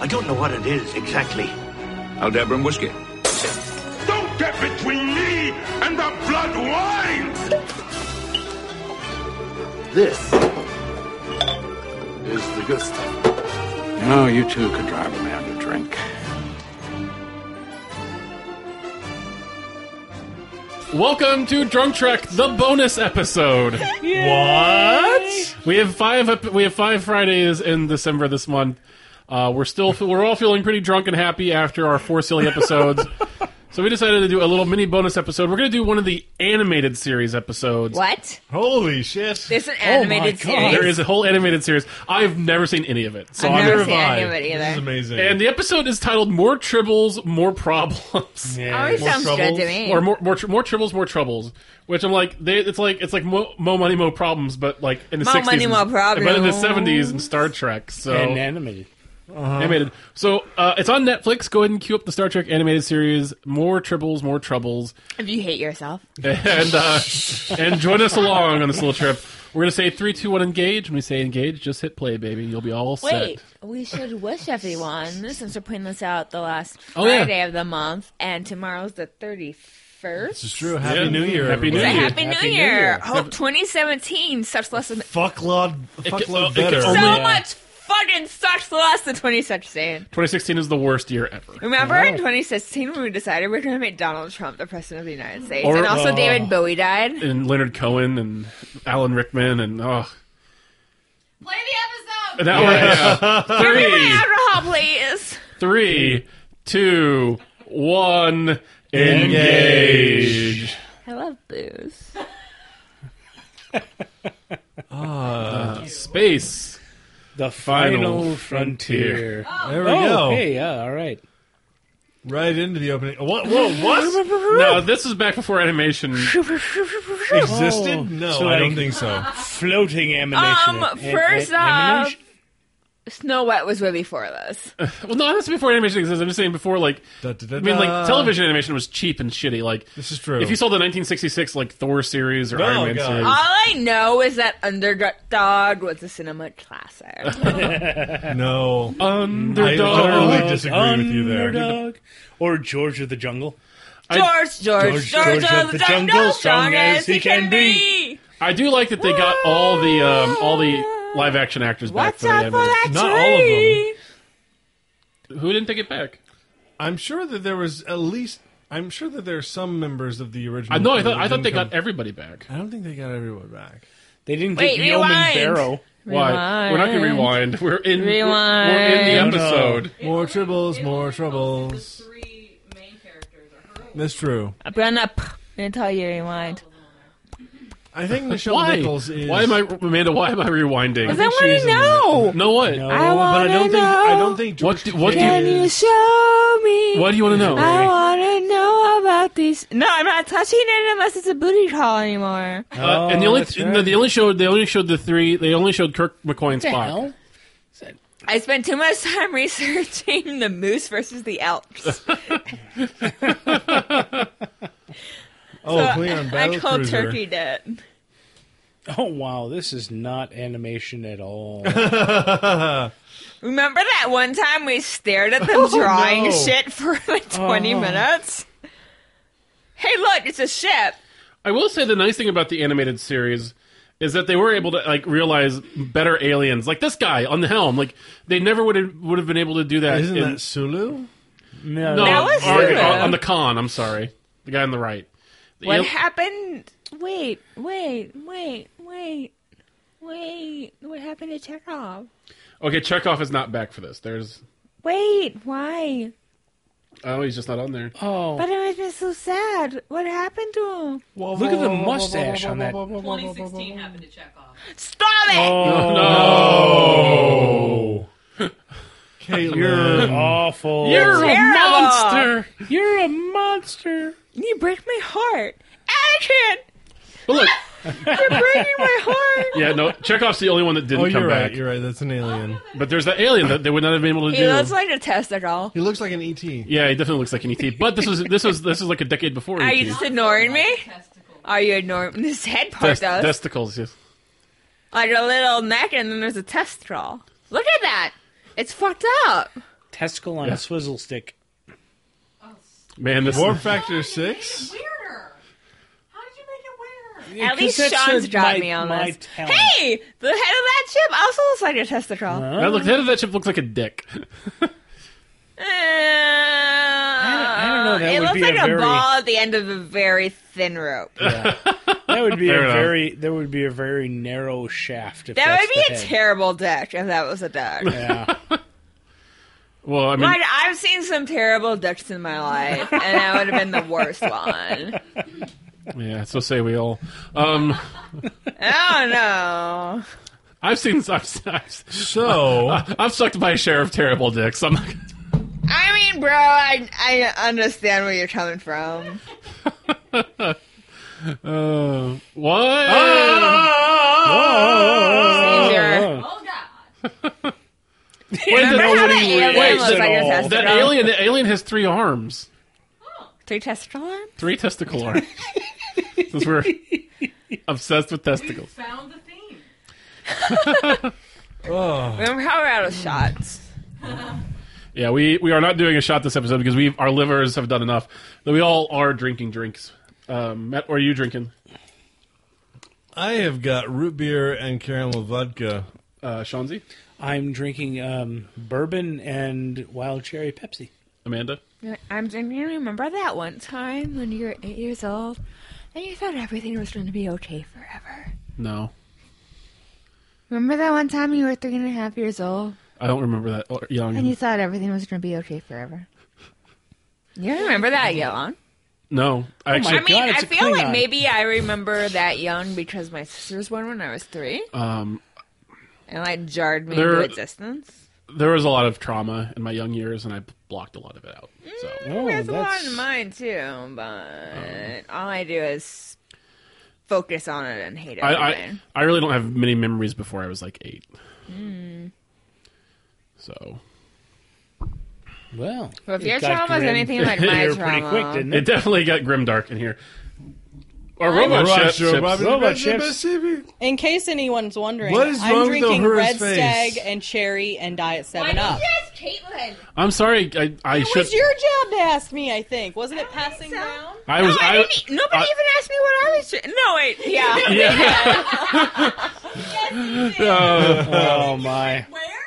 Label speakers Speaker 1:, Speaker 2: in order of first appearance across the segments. Speaker 1: I don't know what it is exactly.
Speaker 2: Aldebran whiskey.
Speaker 3: Don't get between me and the blood wine!
Speaker 4: This is the good stuff.
Speaker 5: You know, you too could drive a man to drink.
Speaker 6: Welcome to Drunk Trek, the bonus episode.
Speaker 7: What?
Speaker 6: We have five. ep- We have five Fridays in December this month. Uh, we're still. We're all feeling pretty drunk and happy after our four silly episodes. so we decided to do a little mini bonus episode. We're going to do one of the animated series episodes.
Speaker 8: What?
Speaker 7: Holy shit.
Speaker 8: There's an
Speaker 7: Oh my
Speaker 8: animated
Speaker 7: God.
Speaker 8: series.
Speaker 6: There is a whole animated series. I've never seen any of it. So
Speaker 8: I've
Speaker 6: I'm
Speaker 8: never
Speaker 7: have
Speaker 8: seen
Speaker 7: I.
Speaker 8: any of it
Speaker 7: This is
Speaker 8: either.
Speaker 7: amazing.
Speaker 6: and the episode is titled "More Tribbles, More Problems."
Speaker 7: Yeah,
Speaker 8: Always
Speaker 7: more
Speaker 8: sounds
Speaker 7: troubles.
Speaker 8: good to me.
Speaker 6: Or more, more, tr- more tribbles, more troubles. Which I'm like, they, it's like, it's like mo, mo money, mo problems, but like in the
Speaker 8: Mo
Speaker 6: 60s,
Speaker 8: money,
Speaker 6: and-
Speaker 8: mo
Speaker 6: but in the
Speaker 8: problems.
Speaker 6: 70s in Star Trek. So
Speaker 5: And animated.
Speaker 6: animated. So uh, it's on Netflix. Go ahead and queue up the Star Trek animated series. More tribbles, more troubles,
Speaker 8: If you hate yourself.
Speaker 6: and uh, and join us along on this little trip. We're gonna say three, two, one, engage. When we say engage, just hit play, baby. You'll be all
Speaker 8: Wait,
Speaker 6: set.
Speaker 8: we should wish everyone, since we're putting this out the last
Speaker 6: Oh, yeah.
Speaker 8: Friday of the month, and tomorrow's the 31st.
Speaker 7: It's true. Happy
Speaker 6: Yeah.
Speaker 7: New Year.
Speaker 6: Happy New
Speaker 8: Say
Speaker 7: everybody.
Speaker 6: Year.
Speaker 8: Happy, New,
Speaker 5: Happy New
Speaker 8: Year.
Speaker 5: Year.
Speaker 8: Oh, 2017 sucks less than.
Speaker 7: Fuck Lord. Fuck
Speaker 6: can-
Speaker 7: Lord
Speaker 6: it can
Speaker 7: better.
Speaker 8: So
Speaker 6: only- yeah.
Speaker 8: much fucking sucks less than 2016.
Speaker 6: 2016 is the worst year ever.
Speaker 8: Remember in 2016 when we decided we are going to make Donald Trump the president of the United States?
Speaker 6: Or-
Speaker 8: and also
Speaker 6: Oh.
Speaker 8: David Bowie died? Play
Speaker 6: And Leonard Cohen and Alan Rickman and oh,
Speaker 8: the episode!
Speaker 6: and that one. yeah.
Speaker 8: Give
Speaker 6: Three.
Speaker 8: me alcohol, please!
Speaker 6: Three, two, one, engage.
Speaker 8: I love booze.
Speaker 6: Space.
Speaker 5: The
Speaker 6: Final
Speaker 5: final, frontier.
Speaker 7: There we go.
Speaker 5: hey, yeah, all right.
Speaker 7: Oh, Right into the opening. What? Whoa, what?
Speaker 6: No, this is back before animation.
Speaker 7: Existed?
Speaker 5: Oh,
Speaker 7: no,
Speaker 5: so
Speaker 7: I don't
Speaker 5: like-
Speaker 7: think so.
Speaker 5: Floating
Speaker 8: Um,
Speaker 5: emanation. Em-
Speaker 8: first
Speaker 5: em-
Speaker 8: off,
Speaker 5: emanation?
Speaker 8: Snow White was way before this.
Speaker 6: Well, no, that's before animation exists. I'm just saying before, like,
Speaker 7: Da, da, da,
Speaker 6: I mean, like,
Speaker 7: da.
Speaker 6: television animation was cheap and shitty. Like,
Speaker 7: This is true.
Speaker 6: if you saw the 1966 like Thor series or
Speaker 7: No,
Speaker 6: Iron Man
Speaker 7: Oh, God.
Speaker 6: series,
Speaker 8: All I know is that Underdog was a cinema classic.
Speaker 7: no, I
Speaker 6: Underdog.
Speaker 7: totally disagree with you there.
Speaker 5: Underdog. Or George of the Jungle.
Speaker 8: George, George, George,
Speaker 5: George, George
Speaker 8: of the jungle, strong as he can be.
Speaker 6: I do like that they got all the um, all the live action actors back
Speaker 8: What's
Speaker 6: for the
Speaker 8: up for
Speaker 6: animation.
Speaker 8: that
Speaker 7: Not all of them.
Speaker 8: tree?
Speaker 6: Who didn't take it back?
Speaker 7: I'm sure that there was at least. I'm sure that there are some members of the original.
Speaker 6: I know. I
Speaker 7: crew
Speaker 6: thought
Speaker 7: that
Speaker 6: I thought they
Speaker 7: didn't
Speaker 6: got
Speaker 7: come-
Speaker 6: everybody back.
Speaker 7: I don't think they got everyone back.
Speaker 5: They didn't
Speaker 8: Wait,
Speaker 5: get Yeoman
Speaker 8: rewind.
Speaker 5: Barrow.
Speaker 6: Why? We're not gonna rewind. We're in. we're- We're, in
Speaker 8: Rewind.
Speaker 6: the episode.
Speaker 7: More tribbles, more troubles.
Speaker 9: three main characters are her
Speaker 7: That's true.
Speaker 8: I'm gonna, p- gonna tell you rewind.
Speaker 7: I think Michelle
Speaker 6: Why?
Speaker 7: Nichols is.
Speaker 6: Why am I, Amanda? Why am I rewinding?
Speaker 8: Because I
Speaker 7: she
Speaker 8: want
Speaker 7: is
Speaker 8: to
Speaker 7: in the-
Speaker 8: know.
Speaker 6: No, what?
Speaker 5: No.
Speaker 8: I
Speaker 7: But I
Speaker 8: want
Speaker 7: don't
Speaker 8: to
Speaker 7: think. I
Speaker 8: know.
Speaker 7: don't think.
Speaker 6: What
Speaker 7: George
Speaker 6: do- what do
Speaker 7: Takei-
Speaker 8: Can you show me?
Speaker 6: What do you want to know?
Speaker 8: I want to know about these. No, I'm not touching it unless it's a booty call anymore.
Speaker 6: Uh, and the
Speaker 5: Oh,
Speaker 6: only
Speaker 5: that's
Speaker 6: and
Speaker 5: right.
Speaker 6: the, the only showed they only showed the three. They only showed Kirk McCoy and
Speaker 5: What the
Speaker 6: Spock.
Speaker 5: hell?
Speaker 8: I spent too much time researching the moose versus the elks.
Speaker 7: Oh, clear on
Speaker 8: I
Speaker 7: Battle
Speaker 8: cold
Speaker 7: Cruiser.
Speaker 8: turkey did.
Speaker 5: Oh, wow. This is not animation at all.
Speaker 8: Remember that one time we stared at them drawing
Speaker 7: Oh, no. Oh,
Speaker 8: shit for like 20 minutes? Hey, look, it's a ship.
Speaker 6: I will say the nice thing about the animated series is that they were able to like realize better aliens, like this guy on the helm. Like they never would have would have been able to do that.
Speaker 7: Isn't
Speaker 6: in-
Speaker 7: that Sulu?
Speaker 5: No.
Speaker 6: no,
Speaker 8: That was
Speaker 6: on-
Speaker 8: Zulu.
Speaker 6: on, on the con? I'm sorry, the guy on the right. The
Speaker 8: What
Speaker 6: al-
Speaker 8: happened? Wait, wait, wait, wait, wait. What happened to Chekhov?
Speaker 6: okay, Chekhov is not back for this. There's
Speaker 8: Wait, why?
Speaker 6: oh, he's just not on there.
Speaker 5: Oh,
Speaker 8: But it made me so sad. What happened to him?
Speaker 5: look at the mustache on that.
Speaker 9: 2016 happened to check off.
Speaker 8: Stop it!
Speaker 7: Oh. Caitlin.
Speaker 5: You're awful.
Speaker 6: You're a
Speaker 8: Terrible.
Speaker 6: monster.
Speaker 5: You're a monster.
Speaker 8: You break my heart. Anakin!
Speaker 6: But look,
Speaker 8: You're breaking my heart!
Speaker 6: yeah, no, Chekhov's the only one that didn't
Speaker 7: Oh,
Speaker 6: come
Speaker 7: you're right.
Speaker 6: back.
Speaker 7: You're right. That's an alien.
Speaker 6: But there's that alien that they would not have been able to
Speaker 8: He
Speaker 6: do.
Speaker 8: looks like a testicle.
Speaker 7: He looks like an E ET.
Speaker 6: yeah, he definitely looks like an ET. But this was this was this was like a decade before E
Speaker 8: Are
Speaker 6: ET.
Speaker 8: Ah, you just ignoring me?
Speaker 9: Testicle.
Speaker 8: Are you ignoring this head part
Speaker 6: Test-
Speaker 8: does?
Speaker 6: testicles? Yes.
Speaker 5: Oh.
Speaker 8: like a little neck and then there's a testicle. Look at that! It's fucked up.
Speaker 5: testicle on
Speaker 6: Yeah.
Speaker 5: a swizzle stick.
Speaker 6: Man, this
Speaker 7: Warp Factor
Speaker 10: It's
Speaker 7: Six.
Speaker 10: weirder. How did you make it weirder?
Speaker 8: At least
Speaker 5: 'cause that
Speaker 8: Sean's
Speaker 5: shows
Speaker 8: got
Speaker 5: my-
Speaker 8: me on
Speaker 5: my
Speaker 8: this.
Speaker 5: talent.
Speaker 8: Hey, the head of that ship also looks like a testicle.
Speaker 6: that look head of that ship looks like a dick.
Speaker 8: Uh, I
Speaker 5: don't know, that
Speaker 8: it
Speaker 5: would
Speaker 8: looks
Speaker 5: be
Speaker 8: like
Speaker 5: a
Speaker 8: a,
Speaker 5: very-
Speaker 8: ball at the end of a very thin rope.
Speaker 5: That would be
Speaker 6: Fair
Speaker 5: a
Speaker 6: enough.
Speaker 5: very there would be a very narrow shaft. If
Speaker 8: That
Speaker 5: that's
Speaker 8: would be
Speaker 5: the
Speaker 8: a
Speaker 5: head.
Speaker 8: terrible deck if that was a deck.
Speaker 5: Yeah.
Speaker 6: Well, I mean,
Speaker 8: Like, I've seen some terrible ducks in my life, and that would have been the worst one.
Speaker 6: yeah. So say we all. Um,
Speaker 8: Oh no!
Speaker 6: I've seen. I've, I've,
Speaker 7: So
Speaker 6: I've sucked by a share of terrible dicks. I'm not,
Speaker 8: I mean, bro, I I understand where you're coming from.
Speaker 6: uh, what?
Speaker 7: Oh,
Speaker 8: Caesar.
Speaker 10: Oh god.
Speaker 6: Wait,
Speaker 8: Remember
Speaker 6: that-
Speaker 8: how the
Speaker 5: nobody
Speaker 8: alien
Speaker 6: reacts
Speaker 8: looks
Speaker 6: at
Speaker 8: like a
Speaker 5: all.
Speaker 8: testicle?
Speaker 6: that alien. The alien has three arms,
Speaker 8: Three testicle arms?
Speaker 6: three testicle arms. Since we're obsessed with testicles.
Speaker 10: Found the theme.
Speaker 8: Remember how we're out of shots?
Speaker 6: Yeah, we, we are not doing a shot this episode because we our livers have done enough. Though We all are drinking drinks. Um, Matt, what are you drinking?
Speaker 7: I have got root beer and caramel vodka.
Speaker 6: Uh, Shanzi?
Speaker 5: I'm drinking um, bourbon and wild cherry Pepsi.
Speaker 6: Amanda?
Speaker 8: I'm going to remember that one time when you were eight years old and you thought everything was going to be okay forever.
Speaker 6: No.
Speaker 8: Remember that one time you were three and a half years old
Speaker 6: I don't remember that. Or young.
Speaker 8: and you thought everything was going to be okay forever? You remember that, Yolan?
Speaker 6: no. I
Speaker 5: Oh my
Speaker 6: actually.
Speaker 8: I mean,
Speaker 5: God,
Speaker 8: I
Speaker 5: it's a
Speaker 8: feel like
Speaker 5: Klingon.
Speaker 8: maybe I remember that young because my sister's one when I was three,
Speaker 6: um,
Speaker 8: and like jarred me
Speaker 6: There-
Speaker 8: into existence.
Speaker 6: there was a lot of trauma in my young years, and I blocked a lot of it out. So
Speaker 5: Oh,
Speaker 8: There's a lot
Speaker 5: that's
Speaker 8: in mine too, but all I do is focus on it and hate it.
Speaker 6: I, I I really don't have many memories before I was like eight.
Speaker 8: Mm.
Speaker 6: So
Speaker 5: well.
Speaker 8: Well, if
Speaker 5: it
Speaker 8: your
Speaker 5: got
Speaker 8: trauma's
Speaker 5: grim.
Speaker 8: anything like my
Speaker 5: They were
Speaker 8: trauma-
Speaker 5: pretty quick, didn't
Speaker 6: it
Speaker 5: it?
Speaker 6: definitely got grim dark in here. Our robot,
Speaker 7: Rock
Speaker 6: ship-
Speaker 7: show,
Speaker 6: ships.
Speaker 7: Bobby
Speaker 5: Robot
Speaker 7: Benson,
Speaker 5: ships.
Speaker 7: Mississippi.
Speaker 11: In case anyone's wondering,
Speaker 7: What is wrong
Speaker 11: I'm
Speaker 7: with
Speaker 11: drinking
Speaker 7: O'Hara's
Speaker 11: Red
Speaker 7: face?
Speaker 11: Stag and Cherry and Diet 7 Up.
Speaker 8: yes, Caitlin.
Speaker 6: I'm sorry. I, I
Speaker 11: It
Speaker 6: should.
Speaker 11: was your job to ask me, I think. Wasn't it passing
Speaker 8: so.
Speaker 11: down?
Speaker 6: I was.
Speaker 8: No, I, didn't, nobody
Speaker 6: I-
Speaker 8: even asked me what I was. Doing. No, wait, yeah.
Speaker 6: Yeah. Uh,
Speaker 5: Oh my!
Speaker 10: Where?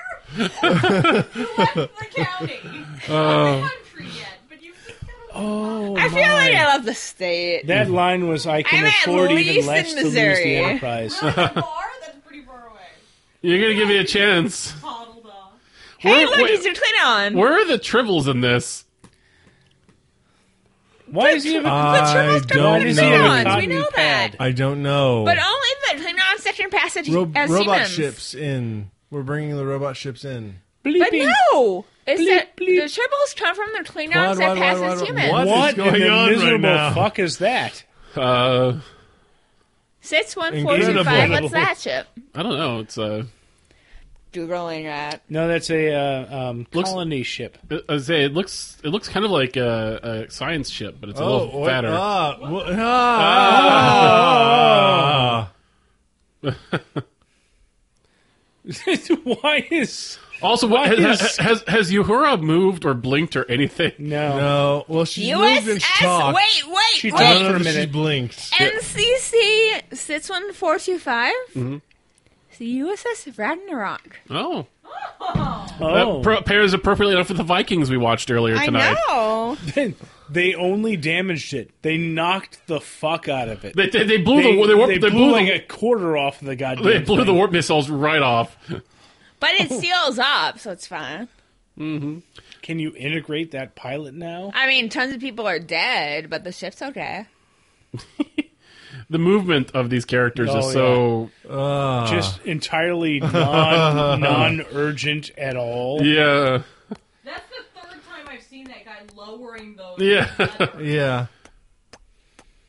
Speaker 10: Who left the county? Not the country yet, but you've just got a
Speaker 5: Oh
Speaker 8: I feel like I
Speaker 5: my!
Speaker 8: love the state.
Speaker 5: That line was I can
Speaker 8: I'm at
Speaker 5: afford even
Speaker 8: least
Speaker 5: less
Speaker 8: in
Speaker 5: to lose
Speaker 8: Missouri.
Speaker 5: the enterprise.
Speaker 10: Not the bar? That's pretty far away.
Speaker 6: you're gonna give me a chance.
Speaker 10: Bottled off.
Speaker 8: hey,
Speaker 6: Where,
Speaker 8: look,
Speaker 6: wait,
Speaker 8: he's your Klingon.
Speaker 6: where are the tribbles in this?
Speaker 5: Why is he even?
Speaker 7: I
Speaker 5: Why
Speaker 7: don't
Speaker 5: does he have a
Speaker 7: know.
Speaker 8: Klingons, Klingons?
Speaker 5: cotton
Speaker 8: we know
Speaker 5: pad?
Speaker 7: I don't know.
Speaker 8: But only the Klingon section passage
Speaker 7: Ro-
Speaker 8: as
Speaker 7: robot
Speaker 8: humans.
Speaker 7: ships in. We're bringing the robot ships in.
Speaker 8: But
Speaker 5: Bleeping.
Speaker 8: no, it's
Speaker 5: Bleep,
Speaker 8: that
Speaker 5: bleep.
Speaker 8: the tribbles come from the Klingons
Speaker 7: Why, why,
Speaker 8: that
Speaker 7: why,
Speaker 8: pass
Speaker 7: why,
Speaker 8: as
Speaker 7: why,
Speaker 8: humans.
Speaker 7: what?
Speaker 5: What
Speaker 7: is going
Speaker 5: in the
Speaker 7: on right
Speaker 5: miserable
Speaker 7: now?
Speaker 5: fuck is that?
Speaker 6: Uh,
Speaker 8: Six one four two five.
Speaker 7: Incredible.
Speaker 8: What's that ship?
Speaker 6: I don't know. It's uh,
Speaker 8: Googling that.
Speaker 5: No, that's a uh, um,
Speaker 6: Looks-
Speaker 5: colony ship.
Speaker 6: I- I say it looks it looks kind of like a, a science ship, but it's a
Speaker 7: Oh,
Speaker 6: little
Speaker 7: what-
Speaker 6: fatter.
Speaker 7: ah, what- ah.
Speaker 5: Why is
Speaker 6: Also, what,
Speaker 5: Why
Speaker 6: has,
Speaker 5: is-
Speaker 6: has has Uhura moved or blinked or anything?
Speaker 5: no?
Speaker 7: No, well, she's moved and she
Speaker 8: USS.
Speaker 7: talked.
Speaker 8: Wait, wait,
Speaker 5: She
Speaker 7: I
Speaker 5: talked
Speaker 7: don't
Speaker 8: wait.
Speaker 5: for
Speaker 7: know
Speaker 5: a
Speaker 7: if she
Speaker 5: minute.
Speaker 7: blinked.
Speaker 8: NCC six one four two five. It's the USS Ragnarok.
Speaker 6: Oh,
Speaker 5: Oh,
Speaker 6: that pro- pairs appropriately enough with the Vikings we watched earlier tonight.
Speaker 8: I know.
Speaker 5: they only damaged it. They knocked the fuck out of it.
Speaker 6: They, they, they blew the they, warp, they,
Speaker 5: blew,
Speaker 6: blew, the,
Speaker 5: like a quarter off the goddamn.
Speaker 6: they blew
Speaker 5: thing.
Speaker 6: the warp missiles right off.
Speaker 8: But it seals up, so it's fine.
Speaker 5: Can you integrate that pilot now?
Speaker 8: I mean, tons of people are dead, but the ship's okay.
Speaker 6: The movement of these characters
Speaker 5: Oh,
Speaker 6: is so
Speaker 7: Ah.
Speaker 5: Just
Speaker 6: Uh-huh.
Speaker 5: entirely non non urgent at all.
Speaker 6: yeah
Speaker 10: That's the third time I've seen that guy lowering those.
Speaker 6: yeah.
Speaker 7: yeah.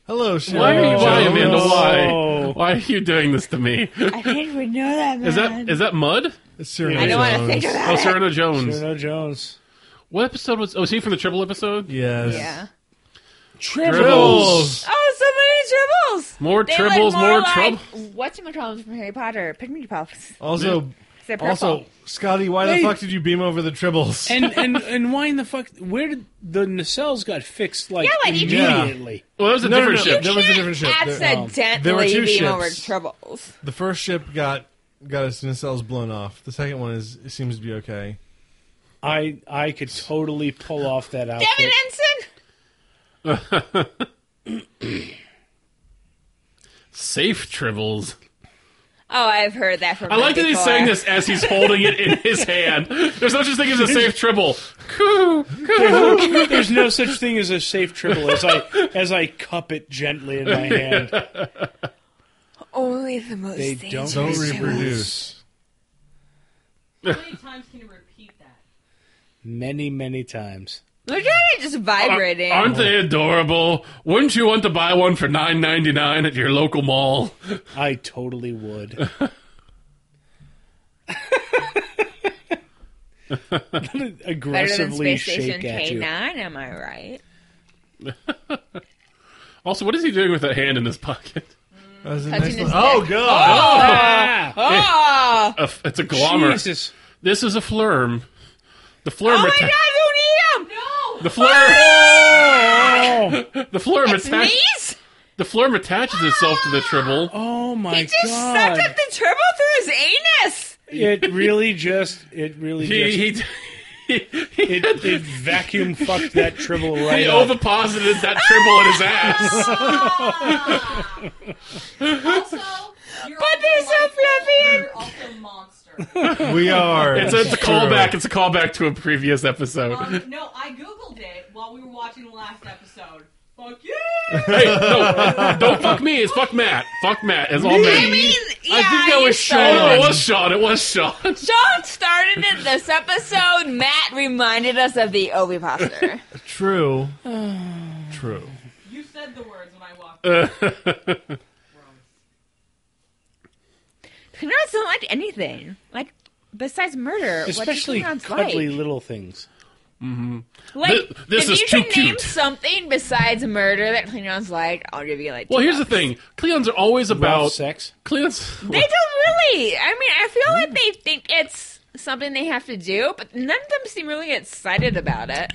Speaker 7: Hello,
Speaker 6: Why are you,
Speaker 7: Sharon
Speaker 6: why
Speaker 7: Jones.
Speaker 6: Amanda? Why
Speaker 5: No.
Speaker 6: why are you doing this to me?
Speaker 8: I didn't even know that, man.
Speaker 6: Is that is that Mud?
Speaker 7: It's Sharon
Speaker 5: I
Speaker 8: I don't want to
Speaker 7: Jones.
Speaker 8: think of
Speaker 6: Oh,
Speaker 8: that.
Speaker 6: Serena Jones.
Speaker 5: Bruno Jones.
Speaker 6: What episode was? Oh, is he from the Triple episode?
Speaker 7: Yes.
Speaker 8: Yeah.
Speaker 6: Tribbles.
Speaker 8: Oh, so many tribbles.
Speaker 6: More
Speaker 8: They
Speaker 6: tribbles,
Speaker 8: look
Speaker 6: more
Speaker 8: like,
Speaker 6: trouble.
Speaker 8: What's in my troubles from Harry Potter? Pygmy puffs.
Speaker 7: Also,
Speaker 12: Is it purple?
Speaker 7: Also, Scotty, why
Speaker 5: Hey.
Speaker 7: the fuck did you beam over the tribbles?
Speaker 5: And and and why in the fuck? Where did the nacelles got fixed? Like
Speaker 12: Yeah, why did you-
Speaker 7: Yeah.
Speaker 5: immediately.
Speaker 6: Well, that was a
Speaker 7: No, no,
Speaker 6: different
Speaker 7: no.
Speaker 6: ship.
Speaker 7: There was a different ship. There- um,
Speaker 8: Accidentally
Speaker 7: there were two
Speaker 8: beam over
Speaker 7: ships.
Speaker 8: troubles.
Speaker 7: the first ship got got its nacelles blown off. The second one is seems to be okay.
Speaker 5: I I could totally pull off that outfit.
Speaker 8: Devin Ensign.
Speaker 6: Safe tribbles.
Speaker 8: Oh, I've heard that from.
Speaker 6: I like that
Speaker 8: before.
Speaker 6: he's saying this as he's holding it in his hand. There's no such thing as a safe tribble. Coo, coo.
Speaker 5: There's no such thing as a safe triple as I as I cup it gently in my hand.
Speaker 8: Only the most.
Speaker 5: They
Speaker 8: dangerous-
Speaker 5: don't
Speaker 7: Don't
Speaker 5: reproduce.
Speaker 7: reproduce.
Speaker 10: How many times can you repeat that?
Speaker 5: many many times.
Speaker 8: Look at it just vibrating.
Speaker 6: Aren't they adorable? Wouldn't you want to buy one for nine ninety nine at your local mall?
Speaker 5: I totally would.
Speaker 8: Better than
Speaker 5: aggressively
Speaker 8: Space Station
Speaker 5: shake at
Speaker 8: K9,
Speaker 5: you.
Speaker 8: am I right?
Speaker 6: Also, what is he doing with that hand in his pocket?
Speaker 7: That was the
Speaker 8: Touching
Speaker 7: next
Speaker 8: his
Speaker 7: one. Oh god!
Speaker 5: Ah,
Speaker 8: Oh,
Speaker 6: A f- it's a glomer.
Speaker 5: Jesus.
Speaker 6: This is a flurm. The flurm.
Speaker 8: oh my
Speaker 6: atta-
Speaker 8: God! Oh! Don't eat him!
Speaker 6: The flurm. the flurm
Speaker 8: It's
Speaker 6: attaches.
Speaker 8: knees.
Speaker 6: The flurm attaches itself to the tribble.
Speaker 5: Oh my
Speaker 8: He just
Speaker 5: god!
Speaker 8: sucked up the turbo through his anus.
Speaker 5: It really just it really
Speaker 6: He
Speaker 5: just
Speaker 6: he. he, he
Speaker 5: it, it vacuum fucked that triple right
Speaker 6: He
Speaker 8: uh,
Speaker 5: up.
Speaker 6: overposited that tribble in his ass.
Speaker 9: Also, you're
Speaker 8: But they're so fluffy and-
Speaker 9: You're also a monster.
Speaker 7: We are.
Speaker 6: It's, it's a
Speaker 7: True.
Speaker 6: callback. It's a callback to a previous episode.
Speaker 8: Oh,
Speaker 9: Um, no, I googled it while we were watching the last episode. Fuck you!
Speaker 6: hey, no, don't fuck me. It's fuck Matt. Fuck Matt. It's all
Speaker 8: I
Speaker 6: me.
Speaker 8: mean, yeah,
Speaker 6: I think that
Speaker 8: you
Speaker 6: was Sean.
Speaker 8: started
Speaker 6: Oh,
Speaker 8: it.
Speaker 6: it was Sean. It was Sean.
Speaker 8: Sean started it this episode. Matt reminded us of the ovipositor.
Speaker 7: True. True.
Speaker 9: You said the words when I walked.
Speaker 6: Uh.
Speaker 12: Penrose don't like anything. Like besides murder,
Speaker 5: Especially
Speaker 12: what do you
Speaker 5: cuddly
Speaker 12: like?
Speaker 5: little things.
Speaker 8: Like,
Speaker 6: Th- this
Speaker 8: if
Speaker 6: is
Speaker 8: you
Speaker 6: too
Speaker 8: can name
Speaker 6: cute.
Speaker 8: something besides murder that Klingon's like, I'll give you like.
Speaker 6: Well,
Speaker 8: two
Speaker 6: here's the
Speaker 8: bucks.
Speaker 6: thing. Cleons are always
Speaker 5: About
Speaker 6: about
Speaker 5: sex.
Speaker 6: Cleons.
Speaker 8: They don't really. I mean, I feel like they think it's something they have to do, but none of them seem really excited about it.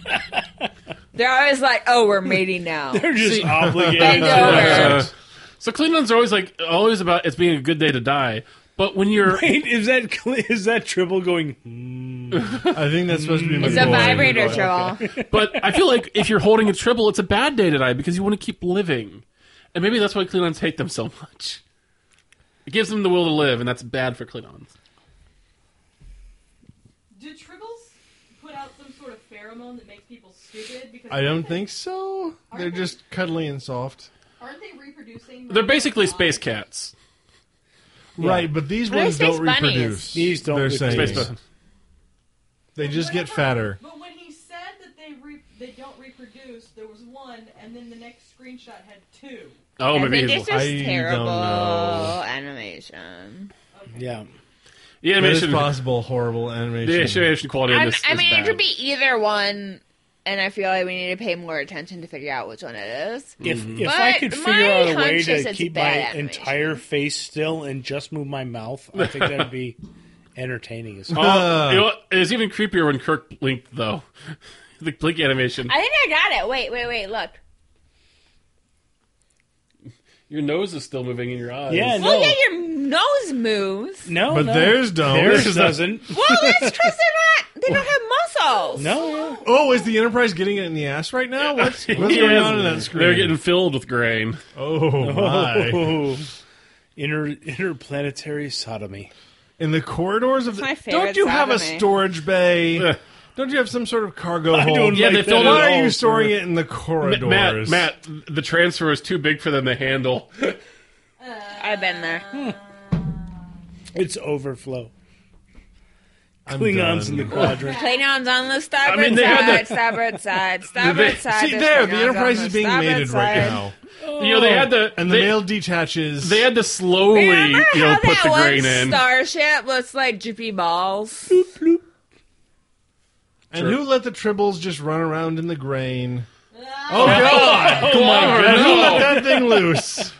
Speaker 8: They're always like, "Oh, we're mating now."
Speaker 5: They're just
Speaker 8: Bend
Speaker 5: obligated to
Speaker 8: over.
Speaker 5: have sex.
Speaker 6: So Cleons are always like always about it's being a good day to die. But when you're
Speaker 5: Wait, is that cl- is that triple going?
Speaker 7: I think that's supposed to be. my
Speaker 8: It's a
Speaker 7: boy.
Speaker 8: vibrator troll.
Speaker 6: but I feel like if you're holding a tribble, it's a bad day to die because you want to keep living, and maybe that's why Klingons hate them so much. It gives them the will to live, and that's bad for Klingons.
Speaker 9: Do tribbles put out some sort of pheromone that makes people stupid? Because
Speaker 7: I don't think so. They're just cuddly and soft.
Speaker 9: Aren't they reproducing?
Speaker 6: They're basically
Speaker 9: by-
Speaker 6: space cats.
Speaker 7: Right, but these ones
Speaker 8: space
Speaker 7: don't
Speaker 8: bunnies.
Speaker 7: reproduce.
Speaker 5: These don't
Speaker 7: They're
Speaker 5: reproduce.
Speaker 7: saying.
Speaker 6: Space bu-
Speaker 7: They just get
Speaker 9: Whatever.
Speaker 7: fatter.
Speaker 9: But when he said that they re- they don't reproduce, there was one, and then the next screenshot had two.
Speaker 6: Oh,
Speaker 8: I
Speaker 6: maybe
Speaker 8: think
Speaker 6: he
Speaker 8: it's
Speaker 6: was.
Speaker 8: just
Speaker 7: I don't
Speaker 8: terrible
Speaker 7: know.
Speaker 8: animation.
Speaker 5: Yeah.
Speaker 6: The
Speaker 7: That is
Speaker 6: animation,
Speaker 7: possible horrible animation.
Speaker 6: the animation quality of
Speaker 8: I'm,
Speaker 6: this
Speaker 8: I
Speaker 6: is
Speaker 8: mean,
Speaker 6: bad.
Speaker 8: it could be either one, and I feel like we need to pay more attention to figure out which one it is.
Speaker 5: If
Speaker 7: Mm-hmm.
Speaker 5: if
Speaker 8: But
Speaker 5: I could figure
Speaker 8: my
Speaker 5: out a way
Speaker 8: hunch is
Speaker 5: to
Speaker 8: it's
Speaker 5: keep my
Speaker 8: bad animation.
Speaker 5: entire face still and just move my mouth, I think that'd be entertaining as fuck.
Speaker 6: Oh, you know what? it was even creepier when Kirk blinked, though. the blink animation.
Speaker 8: I think I got it. Wait, wait, wait. Look.
Speaker 6: Your nose is still moving in your eyes.
Speaker 5: Yeah,
Speaker 8: Well,
Speaker 5: no,
Speaker 8: yeah, your nose moves.
Speaker 5: no,
Speaker 7: But
Speaker 5: no.
Speaker 7: theirs don't.
Speaker 5: Theirs doesn't.
Speaker 8: Well, that's because they're not. They don't have muscles.
Speaker 5: No,
Speaker 7: Oh, is the Enterprise getting it in the ass right now? What's, what's
Speaker 6: Yes.
Speaker 7: going on in that screen?
Speaker 6: They're getting filled with grain.
Speaker 7: oh my!
Speaker 5: oh, inter interplanetary sodomy.
Speaker 7: In the corridors of the,
Speaker 8: my favorite
Speaker 7: don't you have a
Speaker 8: sodomy.
Speaker 7: storage bay? don't you have some sort of cargo hold?
Speaker 5: don't
Speaker 6: Yeah,
Speaker 5: like
Speaker 6: they
Speaker 5: that
Speaker 6: filled
Speaker 5: at
Speaker 6: it
Speaker 7: Why
Speaker 5: all,
Speaker 7: are you
Speaker 5: sir.
Speaker 7: storing it in the
Speaker 6: Ma-
Speaker 7: corridors?
Speaker 6: Matt, Matt, the transfer is too big for them to handle.
Speaker 8: I've been there.
Speaker 5: It's overflow.
Speaker 7: I'm
Speaker 5: Klingons in
Speaker 7: done.
Speaker 5: the quadrant.
Speaker 8: Klingons on the starboard
Speaker 6: I mean, they
Speaker 8: side,
Speaker 6: had that-
Speaker 8: starboard side, starboard
Speaker 6: They-
Speaker 8: side.
Speaker 7: See
Speaker 8: there's
Speaker 7: there, the
Speaker 8: Klingons
Speaker 7: Enterprise
Speaker 8: on
Speaker 7: is being
Speaker 8: starboard
Speaker 7: mated right
Speaker 8: side.
Speaker 7: now,
Speaker 6: You know, they had to
Speaker 7: and the
Speaker 6: they,
Speaker 7: male detaches.
Speaker 6: they had to slowly
Speaker 8: Remember
Speaker 6: you know
Speaker 8: how
Speaker 6: put
Speaker 8: that
Speaker 6: the
Speaker 8: one
Speaker 6: grain in.
Speaker 8: starship looks like drippy balls?
Speaker 7: and who let the tribbles just run around in the grain?
Speaker 9: Ah,
Speaker 7: Oh God!
Speaker 6: Oh my
Speaker 7: Who let
Speaker 6: god!
Speaker 7: that thing loose?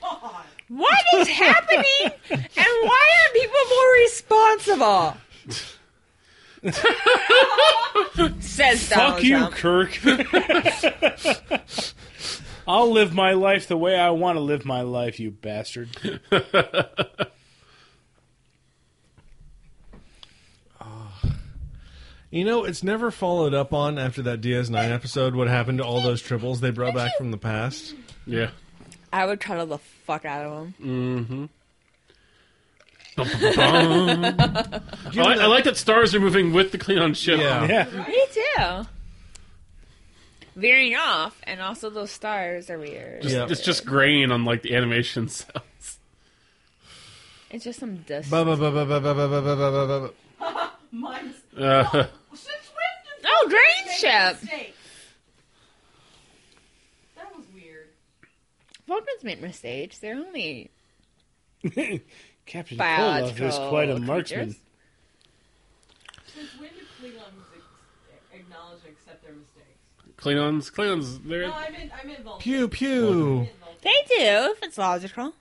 Speaker 9: God.
Speaker 8: What is happening? And why are people more responsible? Says Donald
Speaker 5: Fuck you,
Speaker 8: Trump.
Speaker 5: Kirk. I'll live my life the way I want to live my life, you bastard.
Speaker 7: You know, it's never followed up on after that DS9 episode. What happened to all those triples they brought back from the past?
Speaker 6: Yeah.
Speaker 8: I would cuddle the fuck out of him.
Speaker 6: I, like, I like that stars are moving with the Klingon ship.
Speaker 7: Yeah.
Speaker 5: Yeah.
Speaker 8: Me too. Veering off, and also those stars are weird.
Speaker 7: Yeah.
Speaker 6: It's just grain on like the animation sounds.
Speaker 8: It's just some dust.
Speaker 7: Ba- ba- ba- ba- ba- ba- ba- ba- ba- ba- ba- ba-
Speaker 10: Mine's.
Speaker 6: Uh,
Speaker 10: Since when did they
Speaker 8: Oh, grain
Speaker 10: make
Speaker 8: ship.
Speaker 10: mistakes? That was weird.
Speaker 8: Vulcans make mistakes. They're only
Speaker 5: Captain Koloff
Speaker 8: biological.
Speaker 5: is quite a marksman.
Speaker 8: creatures.
Speaker 10: Since when did Klingons ex- acknowledge and accept their mistakes?
Speaker 6: Klingons, Klingons, they're.
Speaker 10: No,
Speaker 8: Oh,
Speaker 10: I'm in. I'm in Vulcan.
Speaker 7: Pew pew.
Speaker 8: They do, if it's logical.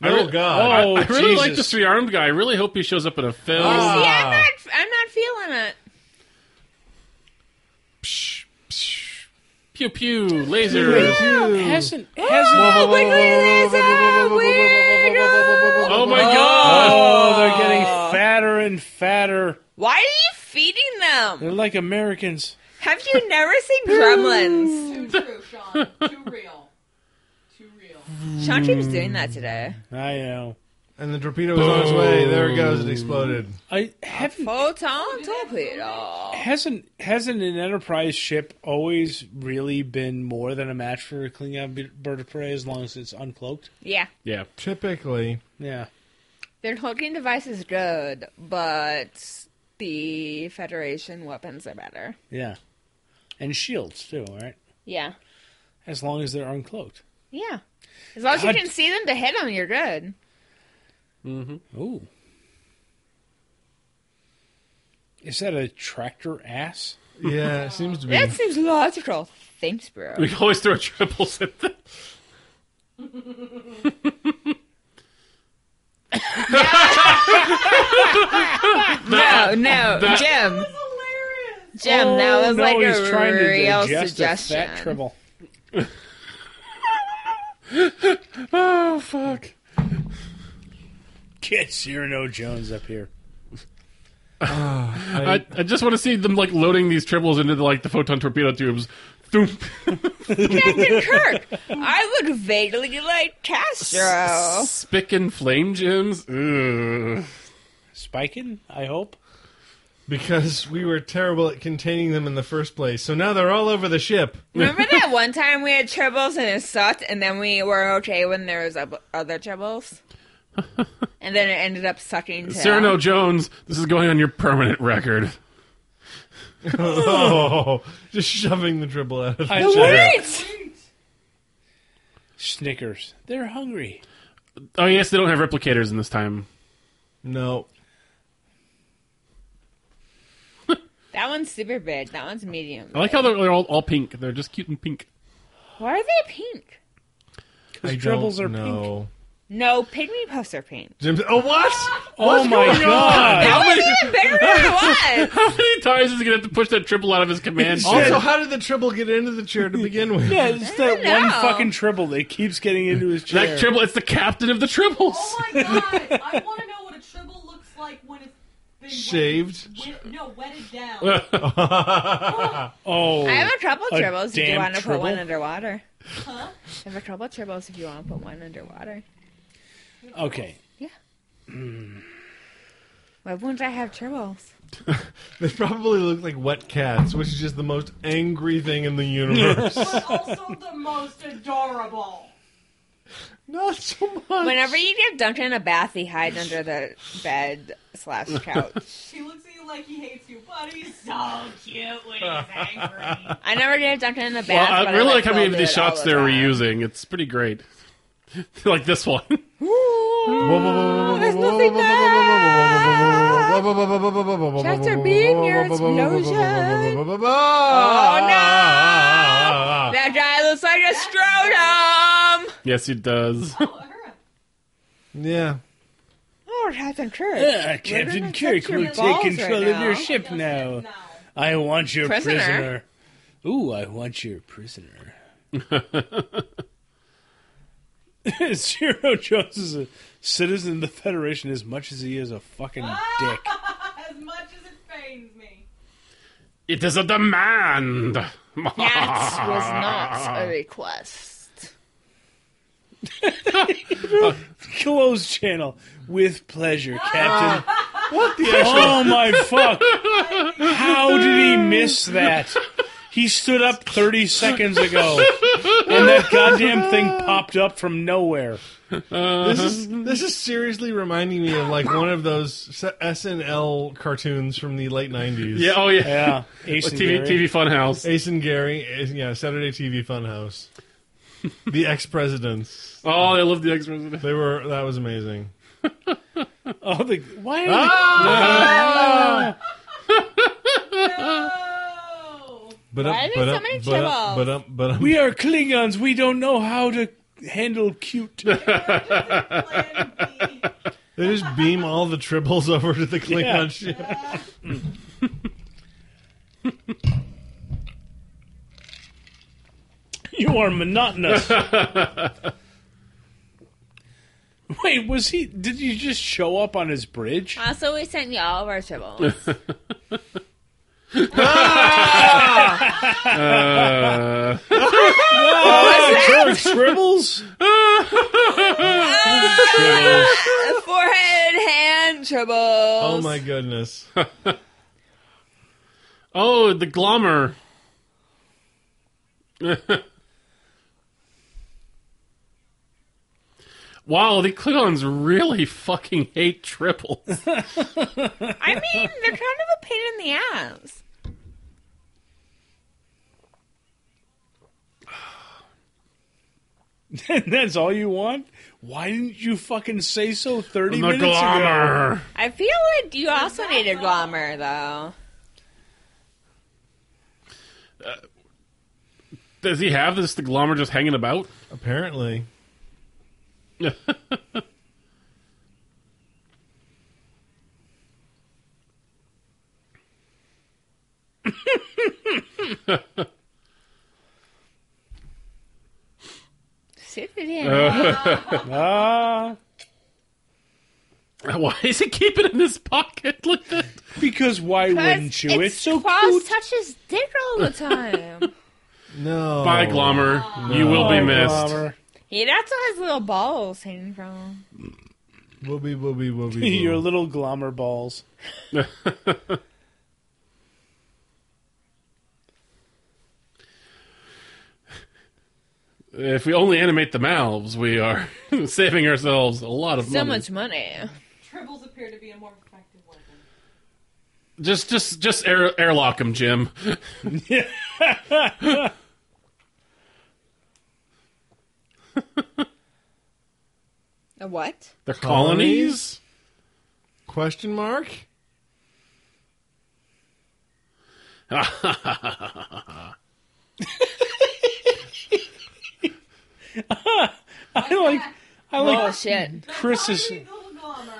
Speaker 6: I really-
Speaker 7: Oh God.
Speaker 5: Oh,
Speaker 6: I Oh. really like
Speaker 5: Jesus.
Speaker 6: this three armed guy. I really hope he shows up in a film.
Speaker 5: Ah.
Speaker 8: You see, I'm not, I'm not feeling it.
Speaker 6: Pew pew, lasers.
Speaker 5: Hasn't hasn't?
Speaker 8: Oh, wiggly laser, wiggle.
Speaker 6: Oh my god!
Speaker 5: Oh, they're getting fatter and fatter.
Speaker 8: Why are you feeding them?
Speaker 5: They're like Americans.
Speaker 8: Have you never seen Gremlins?
Speaker 10: Too true, Sean. Too real. Too real.
Speaker 8: Sean keeps doing that today.
Speaker 5: I know.
Speaker 7: And the torpedo was on its way. There it goes. It exploded.
Speaker 5: I haven't
Speaker 8: Photon torpedo.
Speaker 5: hasn't hasn't an Enterprise ship always really been more than a match for a Klingon b- bird of prey as long as it's uncloaked?
Speaker 8: Yeah,
Speaker 6: Yeah.
Speaker 7: Typically,
Speaker 5: Yeah.
Speaker 8: their cloaking device is good, but the Federation weapons are better.
Speaker 5: Yeah. And shields too, right?
Speaker 8: Yeah,
Speaker 5: As long as they're uncloaked.
Speaker 8: yeah. As long as you
Speaker 5: God.
Speaker 8: can see them to hit them, you're good.
Speaker 5: Ooh. Is that a tractor ass?
Speaker 7: yeah, it seems to be.
Speaker 8: That seems logical. Thanks, bro.
Speaker 6: We can always throw triples at them.
Speaker 8: No, no, Jim. Jim, that was
Speaker 5: Oh, no,
Speaker 8: like
Speaker 5: he's
Speaker 8: a
Speaker 5: trying to
Speaker 8: real
Speaker 5: digest a
Speaker 8: suggestion.
Speaker 5: fat tribble.
Speaker 6: Oh fuck!
Speaker 5: Get Cyrano Jones up here.
Speaker 6: I, I just want to see them like loading these triples into like the photon torpedo tubes. Thump.
Speaker 8: Captain Kirk, I would vaguely like Castro.
Speaker 6: Spick and flame gems. Ugh.
Speaker 5: Spiking, I hope.
Speaker 7: Because we were terrible at containing them in the first place. So now they're all over the ship.
Speaker 8: Remember that one time we had tribbles and it sucked, and then we were okay when there was ob- other tribbles, and then it ended up sucking too.
Speaker 6: Cyrano Jones, this is going on your permanent record.
Speaker 7: Oh, just shoving the dribble out of the
Speaker 5: I
Speaker 7: ship.
Speaker 8: Wait!
Speaker 5: Snickers. They're hungry.
Speaker 6: Oh yes, they don't have replicators in this time.
Speaker 7: No.
Speaker 8: That one's super big. That one's medium.
Speaker 6: I like how they're, they're all, all pink. They're just cute and pink.
Speaker 8: Why are they pink?
Speaker 7: I
Speaker 5: dribbles
Speaker 7: don't
Speaker 5: are pink.
Speaker 7: know.
Speaker 8: No, pygmy puffs are pink.
Speaker 7: Jim, oh, what?
Speaker 5: oh my god!
Speaker 8: That was even bigger than it was.
Speaker 6: How many times is he gonna have to push that triple out of his command?
Speaker 7: Also, how did the triple get into the chair to begin with?
Speaker 5: Yeah, it's that Um,
Speaker 8: know.
Speaker 5: one fucking tribble that keeps getting into his chair.
Speaker 6: that triple, it's the captain of the triples.
Speaker 10: Oh my god! I want to know what a tribble looks like when it's been
Speaker 7: Shaved.
Speaker 10: Wet, wet, no, wetted down.
Speaker 5: oh,
Speaker 8: I have a couple
Speaker 5: A
Speaker 8: tribbles if you
Speaker 5: damn
Speaker 8: want to put one
Speaker 5: tribble?
Speaker 8: underwater.
Speaker 10: Huh?
Speaker 8: I have a couple tribbles if you want to put one underwater.
Speaker 5: okay.
Speaker 8: Why wouldn't I have tribbles?
Speaker 7: They probably look like wet cats, which is just the most angry thing in the universe.
Speaker 10: But also the most adorable.
Speaker 7: Not so much.
Speaker 8: Whenever you give Duncan a bath, he hides under the bed slash couch.
Speaker 10: He looks at you like he hates you, but he's so cute when he's angry.
Speaker 8: I never gave Duncan a bath.
Speaker 6: Well, I
Speaker 8: but
Speaker 6: really like how
Speaker 8: Phil
Speaker 6: many of
Speaker 8: do
Speaker 6: these
Speaker 8: it all
Speaker 6: shots
Speaker 8: the
Speaker 6: they're
Speaker 8: time.
Speaker 6: reusing. It's pretty great. like this one.
Speaker 8: There's nothing there. Chester Bean, your explosion. Oh no! That guy looks like a scrotum.
Speaker 6: yes, it does.
Speaker 10: Oh, her.
Speaker 7: Yeah.
Speaker 8: Oh, it hasn't true.
Speaker 5: Ah, Captain Kirk will take control of your ship now. I want your prisoner.
Speaker 8: Prisoner.
Speaker 5: Ooh, I want your prisoner. Zero Jones is a citizen of the Federation as much as he is a fucking dick.
Speaker 10: As much as it pains me.
Speaker 6: It is a demand.
Speaker 8: That was not a request.
Speaker 5: Close channel with pleasure, Captain. what the? Oh my fuck! How did he miss that? He stood up thirty seconds ago, and that goddamn thing popped up from nowhere.
Speaker 7: This is this is seriously reminding me of like one of those SNL cartoons from the late '90s.
Speaker 6: Yeah. Oh yeah.
Speaker 5: Yeah, Ace and
Speaker 6: TV
Speaker 5: Gary.
Speaker 6: TV Funhouse.
Speaker 7: Ace and Gary, eh, yeah, Saturday TV Funhouse, the ex-presidents.
Speaker 6: Oh, I love the X President.
Speaker 7: They were that was amazing.
Speaker 5: Oh, the why? Are they-
Speaker 10: Oh.
Speaker 7: But
Speaker 8: Why are there
Speaker 7: but
Speaker 8: so
Speaker 7: up,
Speaker 8: many
Speaker 7: but up,
Speaker 8: tribbles?
Speaker 7: but up, but up.
Speaker 5: we are Klingons. We don't know how to handle cute.
Speaker 10: Plan B.
Speaker 7: They just beam all the tribbles over to the Oh Klingon
Speaker 5: Yeah.
Speaker 7: ship.
Speaker 5: you are monotonous. Wait, was he? Did you just show up on his bridge?
Speaker 8: Also, we sent you all of our tribbles.
Speaker 5: Kirk Oh, scribbles.
Speaker 8: Forehead, hand, tribbles.
Speaker 7: Oh my goodness!
Speaker 6: Oh, the glommer. wow, the Klingons really fucking hate triple.
Speaker 8: I mean, they're kind of a pain in the ass.
Speaker 5: That's all you want? Why didn't you fucking say so 30
Speaker 6: the
Speaker 5: minutes ago?
Speaker 6: glommer.
Speaker 8: I feel like you also need a glamour, though.
Speaker 6: Does he have this? The glommer just hanging about?
Speaker 7: Apparently,
Speaker 8: Sit it in.
Speaker 5: Uh, Ah,
Speaker 6: Why is he keeping it in his pocket like that?
Speaker 5: because why wouldn't you? It's, so
Speaker 8: Cross
Speaker 5: cute.
Speaker 8: touches dick all the time.
Speaker 7: no.
Speaker 6: Bye, glommer. You will be
Speaker 5: Oh,
Speaker 6: missed.
Speaker 5: Glomer.
Speaker 8: he also has little balls hanging from him.
Speaker 7: Wooby wooby wooby. woo.
Speaker 5: Your little glommer balls.
Speaker 6: If we only animate the mouths, we are saving ourselves a lot of
Speaker 8: So
Speaker 6: money.
Speaker 8: much money.
Speaker 10: Tribbles appear to be a more effective weapon.
Speaker 6: Just, just, just air, airlock him, Jim.
Speaker 8: A what?
Speaker 6: The colonies.
Speaker 7: question mark?
Speaker 5: I like I
Speaker 8: Oh
Speaker 5: like
Speaker 8: shit.
Speaker 5: Chris's.
Speaker 10: These little glamour.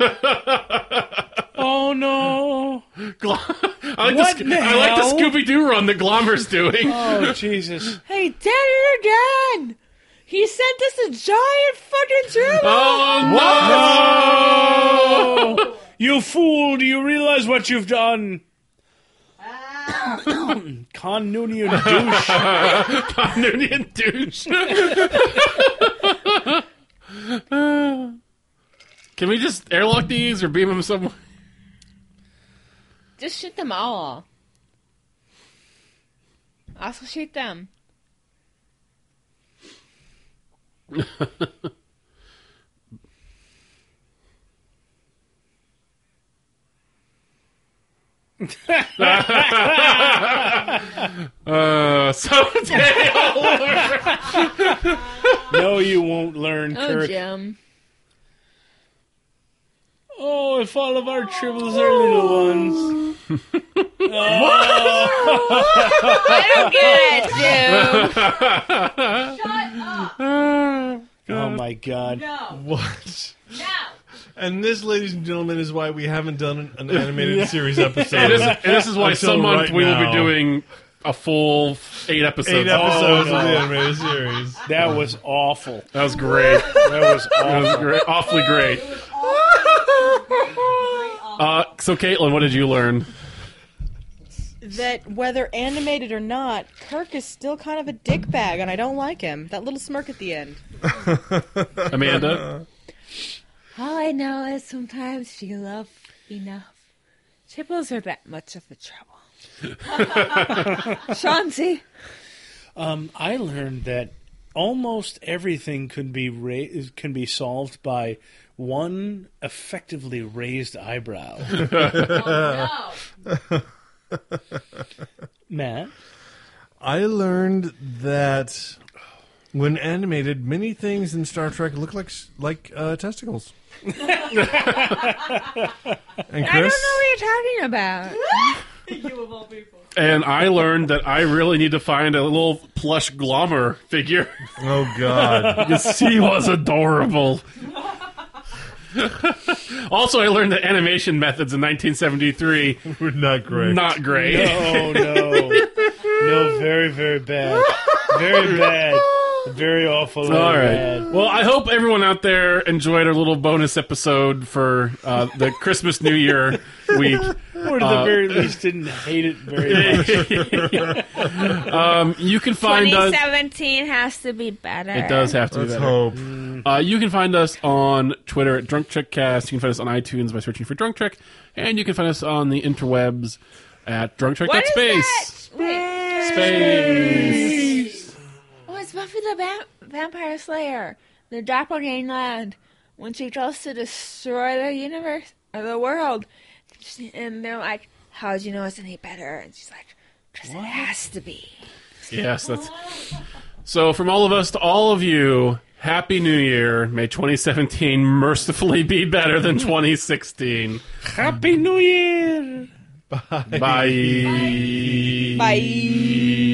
Speaker 5: Oh no.
Speaker 6: Glo- I like
Speaker 5: What
Speaker 6: the,
Speaker 5: the
Speaker 6: I like the
Speaker 5: hell?
Speaker 6: Scooby Doo run the Glommer's doing.
Speaker 5: Oh Jesus.
Speaker 8: He did it again! He sent us a giant fucking tribble!
Speaker 6: oh no!
Speaker 5: Oh, you fool, do you realize what you've done? Con Nooney, you douche.
Speaker 6: Pannoonian douche. Can we just airlock these or beam them somewhere?
Speaker 8: Just shoot them all. Also shoot them.
Speaker 6: Uh, someday I'll learn.
Speaker 5: No, you won't learn,
Speaker 8: Oh,
Speaker 5: Kirk.
Speaker 8: Jim.
Speaker 5: Oh, if all of our tribbles are little ones.
Speaker 8: I don't get it, dude.
Speaker 10: Shut up!
Speaker 5: Oh my god.
Speaker 10: No.
Speaker 7: What?
Speaker 10: Now.
Speaker 7: And this, ladies and gentlemen, is why we haven't done an animated series episode.
Speaker 6: And this, and this is why
Speaker 7: Until
Speaker 6: some month
Speaker 7: right
Speaker 6: we will
Speaker 7: now.
Speaker 6: be doing a full eight episodes.
Speaker 7: Eight episodes of
Speaker 5: Oh, no.
Speaker 7: the animated series.
Speaker 5: That was awful.
Speaker 6: That was great.
Speaker 5: That was
Speaker 6: That was
Speaker 5: awful.
Speaker 6: great. Awfully great. Uh, so, Caitlin, what did you learn?
Speaker 13: that whether animated or not, Kirk is still kind of a dickbag, and I don't like him. That little smirk at the end.
Speaker 6: Amanda?
Speaker 8: All I know is sometimes she love enough. Triples are that much of a trouble. Chauncey.
Speaker 5: Um, I learned that almost everything could be ra- can be solved by one effectively raised eyebrow.
Speaker 10: Oh,
Speaker 5: Matt,
Speaker 7: I learned that when animated, many things in Star Trek look like like uh, testicles. and
Speaker 8: I don't know
Speaker 7: Chris,
Speaker 8: what you're talking about.
Speaker 10: no. you of all people.
Speaker 6: And I learned that I really need to find a little plush glommer figure.
Speaker 7: oh god,
Speaker 6: Because she was adorable. also, I learned that animation methods in 1973
Speaker 7: we're not great.
Speaker 6: not great.
Speaker 5: oh no, no, very very bad, very bad, very awful. very
Speaker 6: All right.
Speaker 5: bad.
Speaker 6: Well, I hope everyone out there enjoyed our little bonus episode for uh, the Christmas New Year week.
Speaker 5: Or at the very least, didn't hate it very much.
Speaker 6: um, you can find us.
Speaker 8: 2017 has to be better.
Speaker 6: It does have to be
Speaker 7: Let's
Speaker 6: better.
Speaker 7: hope.
Speaker 6: Uh, you can find us on Twitter at Drunk Check Cast. You can find us on iTunes by searching for Drunk Check, and you can find us on the interwebs at Drunk Check. dot
Speaker 8: What is
Speaker 6: space.
Speaker 8: that? Wait.
Speaker 6: Space.
Speaker 8: Oh, it's Buffy the Vamp- Vampire Slayer, the doppelganger. When she tries to destroy the universe or the world, she- and they're like, "How do you know it's any better?" And she's like, "Because it has to be."
Speaker 6: Yes, that's. So, from all of us to all of you, Happy New Year. May 2017 mercifully be better than 2016.
Speaker 5: Happy New Year.
Speaker 6: Bye.
Speaker 13: Bye.